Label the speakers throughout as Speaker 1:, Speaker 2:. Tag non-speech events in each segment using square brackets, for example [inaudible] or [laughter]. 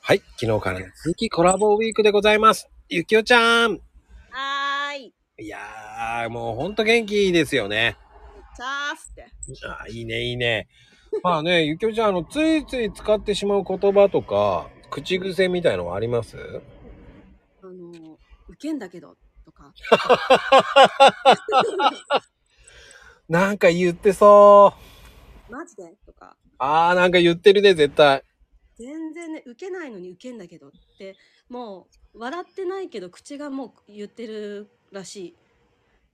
Speaker 1: はい。昨日からの続きコラボウィークでございます。ゆきおちゃん。
Speaker 2: はーい。
Speaker 1: いやー、もうほんと元気ですよね。
Speaker 2: チャースって。
Speaker 1: あーいいね、いいね。 [laughs] まあね、ゆきおちゃん、あの、ついつい使ってしまう言葉とか、口癖みたいのはあります
Speaker 2: あの、ウケんだけど、とか。
Speaker 1: なんか言ってそう。
Speaker 2: マジでとか。
Speaker 1: あー、なんか言ってるね、絶対。
Speaker 2: 全然ね、ウケないのにウケんだけどって、もう、笑ってないけど、口がもう言ってるらし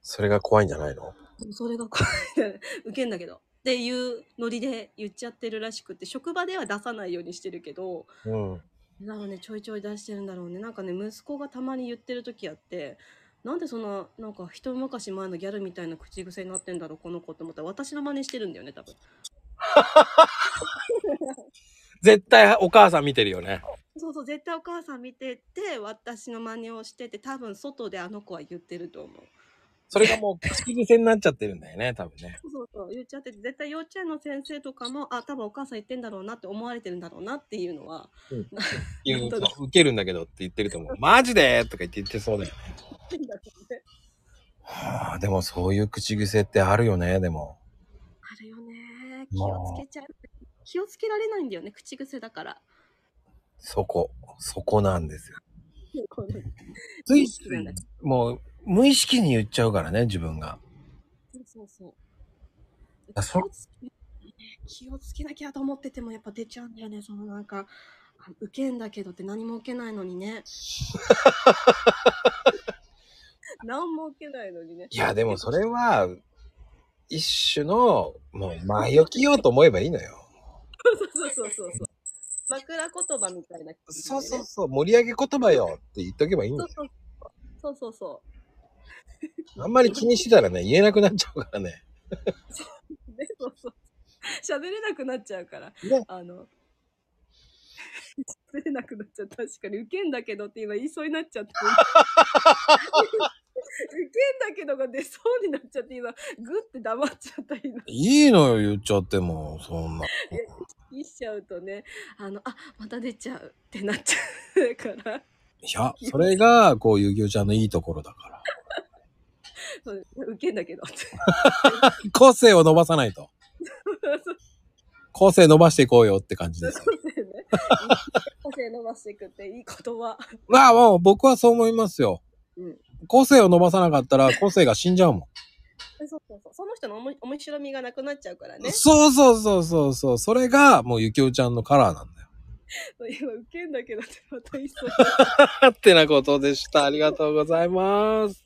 Speaker 1: それが怖いんじゃないの
Speaker 2: い。でもそれが怖い。ウケんだけど。っていうノリで言っちゃってるらしくて、職場では出さないようにしてるけど、
Speaker 1: うん。
Speaker 2: なんかね、ちょいちょい出してるんだろうね。なんかね、息子がたまに言ってる時あって、なんでそんな、なんか一昔前のギャルみたいな口癖になってんだろう、この子と思ったら、私の真似してるんだよね、多分。
Speaker 1: 絶対お母さん見てるよね。
Speaker 2: そうそう、絶対お母さん見てて、私の真似をしてて、多分外であの子は言ってると思う。
Speaker 1: それがもう口癖になっちゃってるんだよね、多分ね。
Speaker 2: そうそうそう、言っちゃってて、絶対幼稚園の先生とかも、あ、多分お母さん言ってんだろうなって思われてるんだろうなっていうのは、
Speaker 1: 言うと、ウケるんだけどって言ってると思う。マジでとか言って言ってそうだよね。はあ、でもそういう口癖ってあるよね、でも。
Speaker 2: あるよね。気をつけちゃう。気をつけられないんだよね、口癖だから。
Speaker 1: そこ、そこなんですよ。
Speaker 2: この
Speaker 1: つい
Speaker 2: 意識なんだ
Speaker 1: もう、無意識に言っちゃうからね、自分が。
Speaker 2: そうそうそう。
Speaker 1: あそ
Speaker 2: 気をつけ気をつけなきゃと思っててもやっぱ出ちゃうんだよね。そのなんか、あ受けんだけどって何も受けないの
Speaker 1: [laughs]
Speaker 2: にね。何も受けないのにね。
Speaker 1: いや、でもそれは、一種の、もう、前置きようと思えばいいのよ。
Speaker 2: そうそうそうそうそう。枕言葉みたいな、
Speaker 1: そうそう。そう、盛り上げ言葉よって言っとけばいいん
Speaker 2: そ
Speaker 1: だ
Speaker 2: う
Speaker 1: よ。
Speaker 2: そうそう。そうそうそ
Speaker 1: あんまり気にしてたらね、言えなくなっちゃうからね。
Speaker 2: う。ね、そうそう。 [laughs] 喋れなくなっちゃうから。
Speaker 1: ね
Speaker 2: あの。喋れなくなっちゃう。確かに、ウケんだけどって今言いそうになっ [laughs] ちゃって。ウケんだけどが出そうになっちゃって今、グって黙っちゃった今。
Speaker 1: いいのよ、言っちゃっても、そんな。
Speaker 2: 言いしちゃうとね、あの、あ、また出ちゃうってなっちゃうから。
Speaker 1: いや、それが、こう、ゆぎおちゃんのいいところだから。
Speaker 2: そうウケんだけどって。
Speaker 1: 個性を伸ばさないと。個性伸ばしていこうよって感じです。
Speaker 2: 個性ね。個性伸ばしていくっていい言葉。
Speaker 1: まあもう僕はそう思いますよ。
Speaker 2: うん。
Speaker 1: 個性を伸ばさなかったら個性が死んじゃうも
Speaker 2: そうそうそう。その人のおも面白みがなくなっちゃうから
Speaker 1: ん。
Speaker 2: ね。
Speaker 1: そうそうそうそうそう。それがもうゆきおちゃんのカラーなんだよ。
Speaker 2: そう今、ウケんだけどってまた言いそう。
Speaker 1: ってなことでした。ありがとうございます。